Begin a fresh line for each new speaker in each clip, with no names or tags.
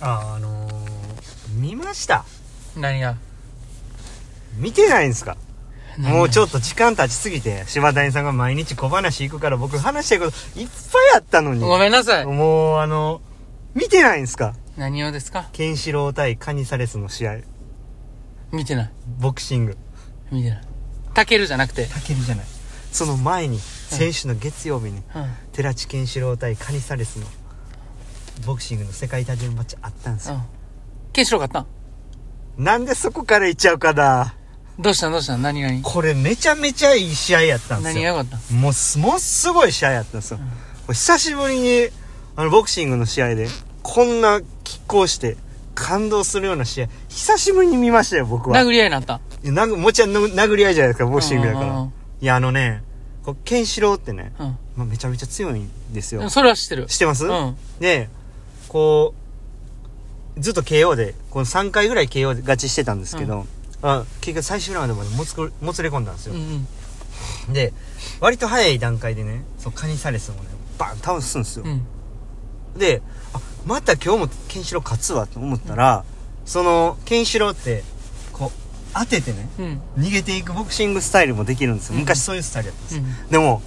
ああのー、見ました
何が
見てないんですかもうちょ
と
っと時間経ちすぎて、柴谷さんが毎日小話行くから僕話したいこといっぱいあったのに。
ごめんなさい
もうあの、見てないんですか
何をですか
ケンシロウ対カニサレスの試合、
見てない
ボクシング。
見てないタケルじゃなくて
タケルじゃない。その前に、先週の月曜日に、
うん
寺地健志郎対カニサレスのボクシングの世界タイトルマッチあったんです
う
よ、
んケンシロウ勝ったん
なんでそこからいっちゃうかな
どうしたんどうしたん何何
これめちゃめちゃいい試合やったんです
何が
よ
良かったん
もうすものすごい試合やったんですよ、これ久しぶりにあのボクシングの試合でこんな拮抗して感動するような試合久しぶりに見ましたよ僕は
殴り合いになった
いやなぐもちろんの殴り合いじゃないですかボクシングだから、
うんうんうん
いやあのねこうケンシロウってね、
うん
まあ、めちゃめちゃ強いんです
で
よ
もそれは知ってる
知ってます、
うん
で、こう、ずっと KO で、この3回ぐらい KO 勝ちしてたんですけど、あ結局最終ラウンドまでもつくもつれ込んだんです
う
よ
んう。ん
で、割と早い段階でね、そうカニサレスもね、バン倒すんですよ。
うん
で、あ、また今日もケンシロウ勝つわと思ったら、その、ケンシロウって、こう、当ててね、
うん
逃げていくボクシングスタイルもできるんですよ。
うん
昔そういうスタイルやったんです
う
よ。
ん
でも、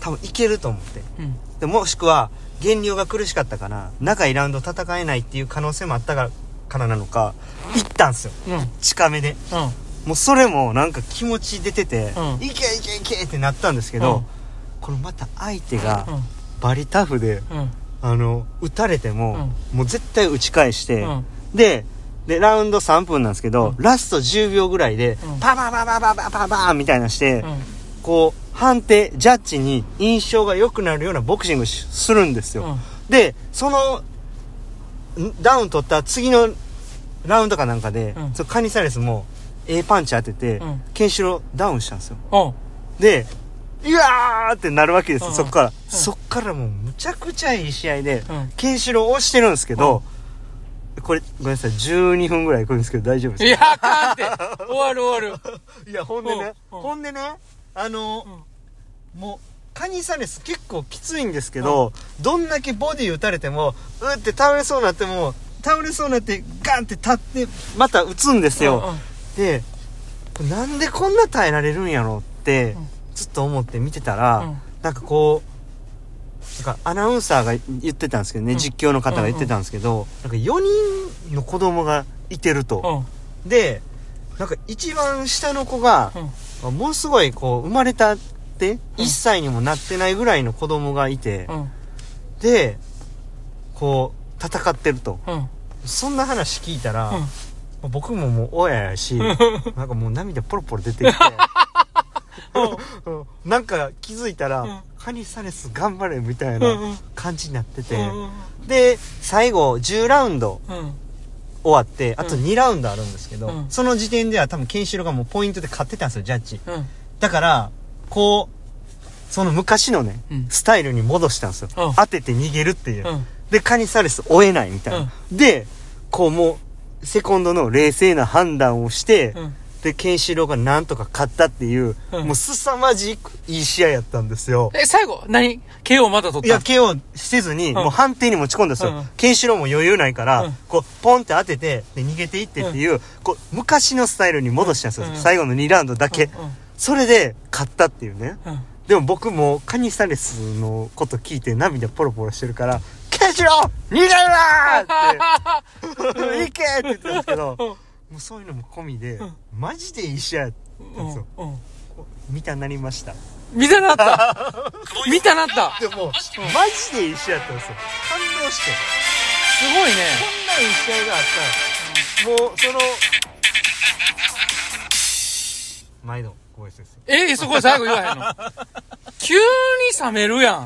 多分いけると思って。
うん
でもしくは減量が苦しかったから長いラウンド戦えないっていう可能性もあったからからなのか行ったんすよ
うん
近めで
うん
もうそれもなんか気持ち出てて、
うん
いけいけいけってなったんですけど、
うん
これまた相手が
うん
バリタフで、
うん
あの打たれても、もう絶対打ち返して、
うん
ででラウンド3分なんですけど、
うん
ラスト10秒ぐらいで、
うん
パパパパパパパパンみたいなして、
うん
こう判定ジャッジに印象が良くなるようなボクシングしするんですよ、
うん
でそのんダウン取った次のラウンドかなんかで、
うん
そのカニサレスも A パンチ当てて、
うん
ケンシロウダウンしたんですよ
おう
でうわーってなるわけですよ、
うん
そっから、そっからもうむちゃくちゃいい試合で、
うん
ケンシロウ押してるんですけど、これごめんなさい12分ぐらいいくんですけど大丈夫ですか
いやあかんって終わる終わる
いや、ほんでね、
うんうん
ほんでね、あの、もう、カニサレス結構きついんですけど、どんだけボディ打たれても、うーって倒れそうになっても、倒れそうになって、ガンって立って、また打つんですよ。で、これなんでこんな耐えられるんやろって
うん、
ずっと思って見てたら、
うん
なんかこう、なんかアナウンサーが言ってたんですけどね、
うん
実況の方が言ってたんですけど、なんか4人の子供がいてる
うん
と。
うん
で、なんか一番下の子が、
うん
ものすごいこう生まれたって1歳にもなってないぐらいの子供がいて、
うん
でこう戦ってると
うん
そんな話聞いたら、
うん
もう僕ももう親やしなんかもう涙ポロポロ出てきてうんなんか気づいたら、
うん
カニサレス頑張れみたい
うんうん
な感じになってて、
うん
で最後10ラウンド
うん
終わってあと
うん
2ラウンドあるんですけど、
うん
その時点では多分ケンシロウがもうポイントで勝ってたんですよジャッジ。
うん
だから、こう、その昔のね、
うん
スタイルに戻したんですよ。
うん
当てて逃げるっていう。
うん
で、カニサレス追えないみたいな。で、こうもう、セコンドの冷静な判断をして、
うん
で、ケンシロウがなんとか勝ったっていう、
うん
もう凄まじくいい試合やったんですよ。
え最後何 KO また取
い
った
や、
ん
KO せずに、
ん
もう判定に持ち込んだんですよ。
うん
ケンシロウも余裕ないから、
うん
こう、ポンって当てて、で、逃げていってっていう、こう、昔のスタイルに戻したんですよ。
うん
最後の2ラウンドだけ。
う
それで、勝ったっていうね。
んうん
でも僕もカニサレスのこと聞いて涙ポロポロしてるから、ケンシロウ逃げるな ーって、 行けって言ってたんですけど、もうそういうのも込みで、マジでいい試合やったんですよ。
うんうん
見たなりました。
見たなった 見たなった
でも、マジでいい試合やったんですよ。感動して。
すごいね
こんないい試合があったら、もうその、毎度、ご挨拶です。
えそこ最後言わへ んの急に冷めるやん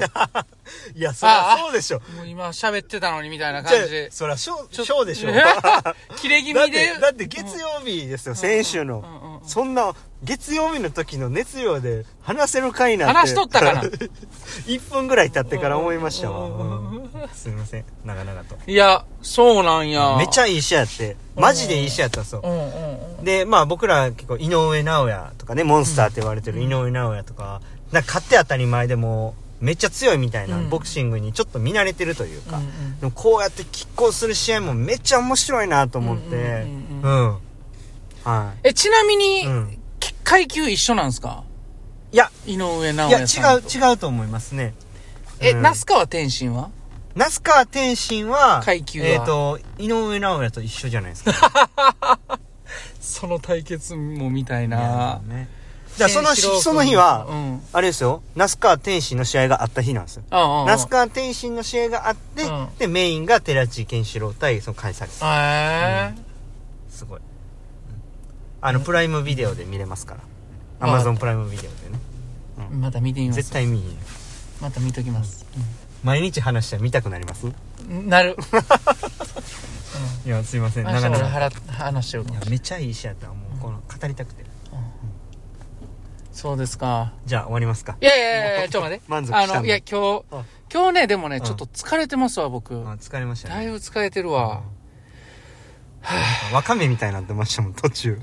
いや、そりゃそうでしょ。
もう今喋ってたのにみたいな
じゃ
感じ
あ、そりゃショー、ショーでしょ。
切れ気
だっ
味で
てだって月曜日ですよ、先週の、
うんうんうん
そんな月曜日の時の熱量で話せる回なんて
話しとっ たから
1分ぐらい経ってから思いましたわ、うんすいません長々と
いやそうなんや
めち
ゃ
ゃいい試合やってマジでいい試合やったんですよ
うんうんうん
でまあ僕ら結構井上尚弥とかねモンスターって言われてる井上尚弥とかなんか勝って当たり前でもうめっちゃ強いみたいな、
うん
ボクシングにちょっと見慣れてるというか、
うんうん
でもこうやって拮抗する試合もめっちゃ面白いなと思って
うんうん
う
うん
んは
え、ちなみに、
い、うん、
き階級一緒なんですか
いや
井上
い
尚
や違
弥さん
う
と。う。
違うと思いますね
え、
うん
那須川天心は
那須川天心は
階級は
えっ、と井上尚弥と一緒じゃないですか
その対決もみたい
いや
な。
ねじゃあその日
千尋君
その日は
うん。うん
あれですよ那須川天心の試合があった日なんですよ
うんうん。
那須川天心の試合があって、
うん
でメインが寺地健志郎対その開催です
え
すごいうんあのプライムビデオで見れますからア
うん
マゾンプライムビデオでね
ーまた見てみます。
絶対見えへん
また見ときます。
毎日話したら見たくなります
うんなる。
いやすいません
明
長
日
々
から話話しておき
いや
ます。
めちゃいい試合やったもうこの語りたくて
そうですか。
じゃあ終わりますか
いやいやいやいや、ちょっと待って。
満足した
あ
んだ
の、いや、今日
あ、
今日ね、でもね、
ん
ちょっと疲れてますわ、僕。
あ疲れましたね
だいぶ疲れてるわ。
わかめみたいになってましたもん途 中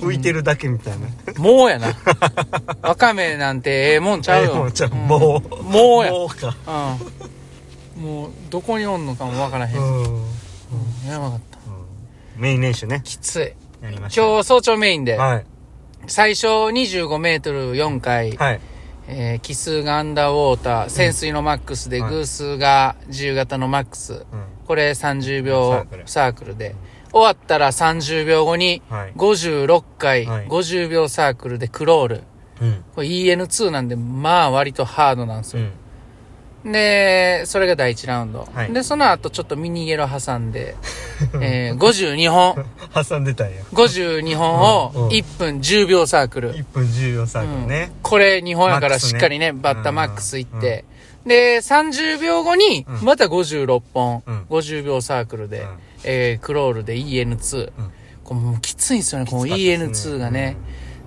浮いてるだけみたいな、
も うやな。わかめなんてええもんちゃうよ。
もうちゃう
うん
もう
もうや。
もうか
うん。もう、どこにおんのかもわからへんし。
うん
やばかった。
メイン練習ね
きつい。
やりました
今日早朝メインで、
はい
最初25メートル4回、
はい
えー奇数がアンダーウォーター、潜水のマックスで、
はい
偶数が自由形のマックス。
うん
これ30
サー
秒
クル
サークルで。終わったら30秒後に
はい
56回
はい
50秒サークルでクロール。
うん
これ EN2 なんで、まあ割とハードなんです
う
よ。
ん
で、それが第1ラウンド。
はい
で、その後ちょっとミニイエロー挟 んで、えー、52本、
挟んでたんや
52本
うんう
を
ん
1分10秒サークル。
1分10秒サークルね
うん、これ日本やか
マッ
ら
クス
し
ね
っかりね、バッターマックス行って、で、30秒後に
う、ん
また56本、
うん
50秒サークルで、
うん
えー、クロールで EN2。
うん
これもうきついんですよね、この
きつかったですね
EN2 がね。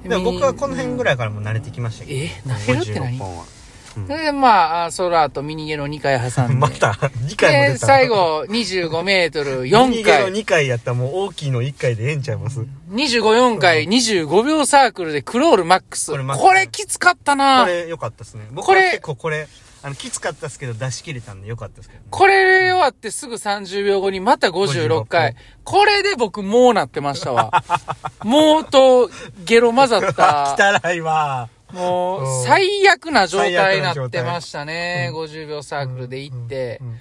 でも僕はこの辺ぐらいからもう慣れてきましたけど
え慣れるって何
56本は
それで、まああ、その後ミニゲの2回挟ん で。
また2回も
で、
出た
最後、25メートル4
4回
回。
2回やったらもう大きいの1回でええんちゃいます
25、4回、25秒サークルでクロールマックス。
これマックス
これきつかった
こ
な
れ良かったですね僕
こ
は
れ
結構これあのきつかったですけど出し切れたんで良かったですけどね
これ終わってすぐ30秒後にまた56回。これで僕もうなってまし たわ。もうとゲロ混ざった、
汚いわ
も
う
うん最悪な状態にな
最悪な
っ
状
て
態
ましたね。50秒サークルで行って
うんうん。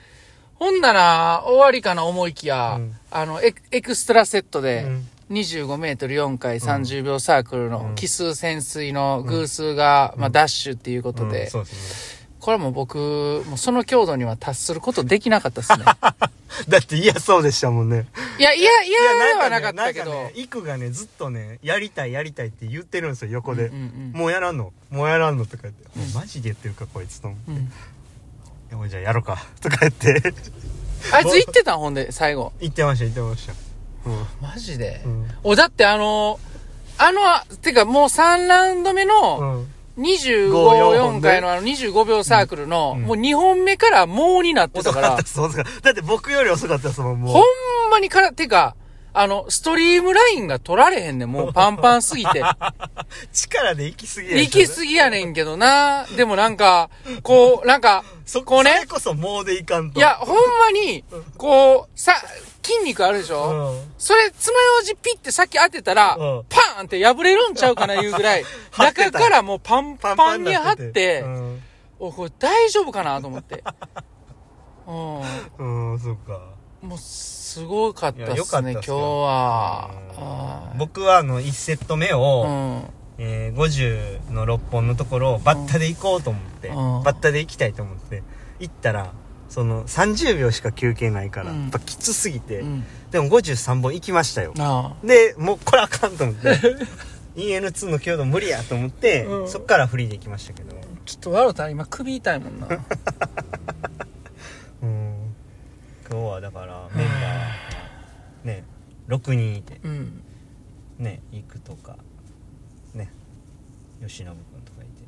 ほんなら、終わりかな思いきや
うん、
あの、エクエクストラセットで
うん、
25メートル4回30秒サークル
う
の
ん
奇数潜水の偶数が、まあダッシュっていうこと
うん
で、
そうです
これはもう僕、もうその強度には達することできなかったですね。
ねだって嫌そうでしたもんね
いや、いや、い
い
や、ではなかったけど。
なんかねイクがねずっとねやりたいやりたいって言ってるんですよ横で、
うんうん
もうやらんのもうやらんのとか言って、もうマジで言ってるかこいつと思って、
うん
いやもうじゃあやろうかとか言って
あいつ言ってたほんで、最後。
言ってました言ってましたう
マジで。
ん
お、だってあのあの、てかもう3ラウンド目の
うん、うん、4
25、4回のあの25秒サークルの、
うん
もう2本目からもうになって た
遅
か
かっ
ら
た、です遅かっただって僕より遅かったですもんもう
ほんまにから、てか、あの、ストリームラインが取られへんねん、もうパンパンすぎ て。
力で行き過ぎや
行き過ぎやねんけどな。でもなんか、こう、なんか、
そ
こう
こ
ね
ねそれこそもうでいかんと
いや、ほんまに、こう、さ、筋肉あるでしょ、
うん
それ、爪楊枝ピッて先当てたら、
うん
パーンって破れるんちゃうかないうぐらい、
張ってた
中からもうパン
パン
パ
パ
ン
ン
に
に
張
な
っ、
ってててうん
おい、これ大丈夫かなと思って。 う
うん、そっか。
ん。もう、すごかった
いや
っ
よかっ
す
た
ね、
っす
今
よ
日は。うん
僕はあの、1セット目
う
を、
ん。
えー50の6本のところをバッタで行こうと思って、
うん
バッタで行きたいと思って、行ったら、その30秒しか休憩ないから、
うん
やっぱきつすぎて、
うん。
でも53本行きましたよ。
な
で、もうこれあかんと思って、EN2 の強度無理やと思って、
うん
そっからフリーで行きましたけど。
あ。ちょっと笑うたら今首痛い もんな。
うん今日はだからメンバーがね6人いて
うん。
ね行くとかね吉信君とかいて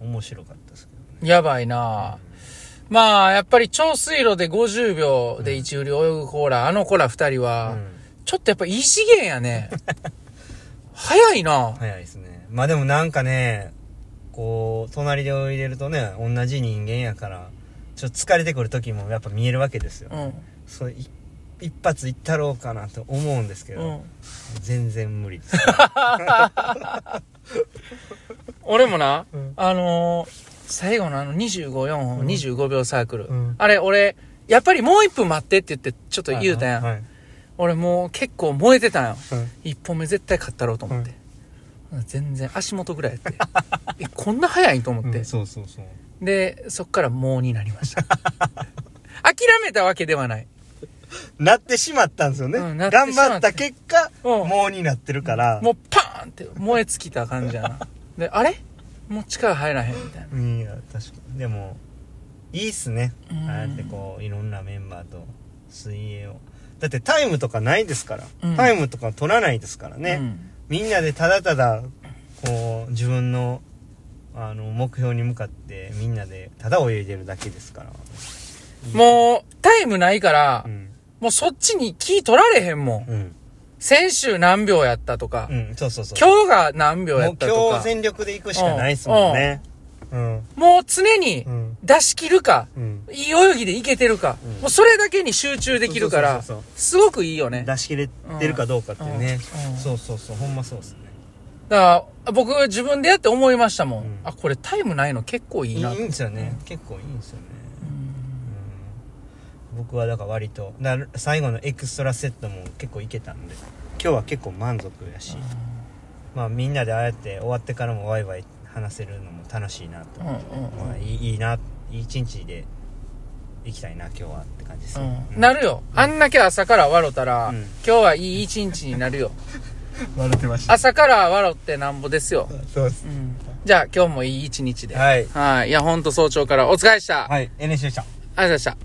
面白かったですけどね
やばいなまあ、やっぱり超水路で50秒で一売り泳ぐコーラ、あのコーラ2人は、ちょっとやっぱ異次 元やね。早いな
うん、。早いですねまあでもなんかねこう隣で入れるとね同じ人間やからちょっと疲れてくる時もやっぱ見えるわけですよ、
うん
それい一発いったろうかなと思うんですけど、
うん
全然無理です
俺もな、
うん
あのー最後のあの25、4本、25秒サークル。
うん
あれ、俺、やっぱりもう一分待ってって言って、ちょっと言うたやん。
はい
俺もう結構燃えてたんよ。
はい
一本目絶対勝ったろうと思って。全然足元ぐらい やって。え、こんな早いんと思っ
う
て。
んそうそうそう
で、そっからもうになりました。 諦めたわけではない。
なってしまったんですよね、
うんなってしまっ
頑
た
張った結果、
うん
もうになってるから
もうパーンって燃え尽きた感じや な。で、あれもう力入らへんみたいな。
うんいや確かにでもいいっすね、
うん
ああやってこういろんなメンバーと水泳をだってタイムとかないですから、
うん
タイムとか取らないですからね、みんなでただただこう自分のあの目標に向かってみんなでただ泳いでるだけですから
うんもう、タイムないから、
うん
もうそっちに気取られへんもん。
うん、
先週何秒やったとか、
うん、そうそうそう
今日が何秒や
も
っ
う
たと
今日
か、
全力で行くしかないっすもんねうん
もう常に
うん
出し切るか、
うん
いい泳ぎでいけてるか、
うん
もうそれだけに集中できるから、
そうそうそう
すごくいいよね。
出し切れてるかどうかっていうね、
うんうん
そうそうそうほんまそうっすね
だから、僕自分でやって思いましたもん。
うん
あ、これタイムないの結構い
い
い
い
な。
んですよね、結構いいんですよね、うん僕はだから割とだから最後のエクストラセットも結構いけたんで今日は結構満足やし、まあみんなでああやって終わってからもワイワイ話せるのも楽しいなと、
うんうん
まあ、いいいいないい一日で行きたいな今日はって感じです
う
ね
ん、、なるよ。あんだけ朝から笑ったら、
うん
今日はいい一日になるよ。
笑ってまし
朝から笑ってなんぼですよ。
そうです
うん、じゃあ今日もいい一日で。
はい
はい。いや、ほんと早朝からお疲れでした。ありがとう
はい NH でした
ございました。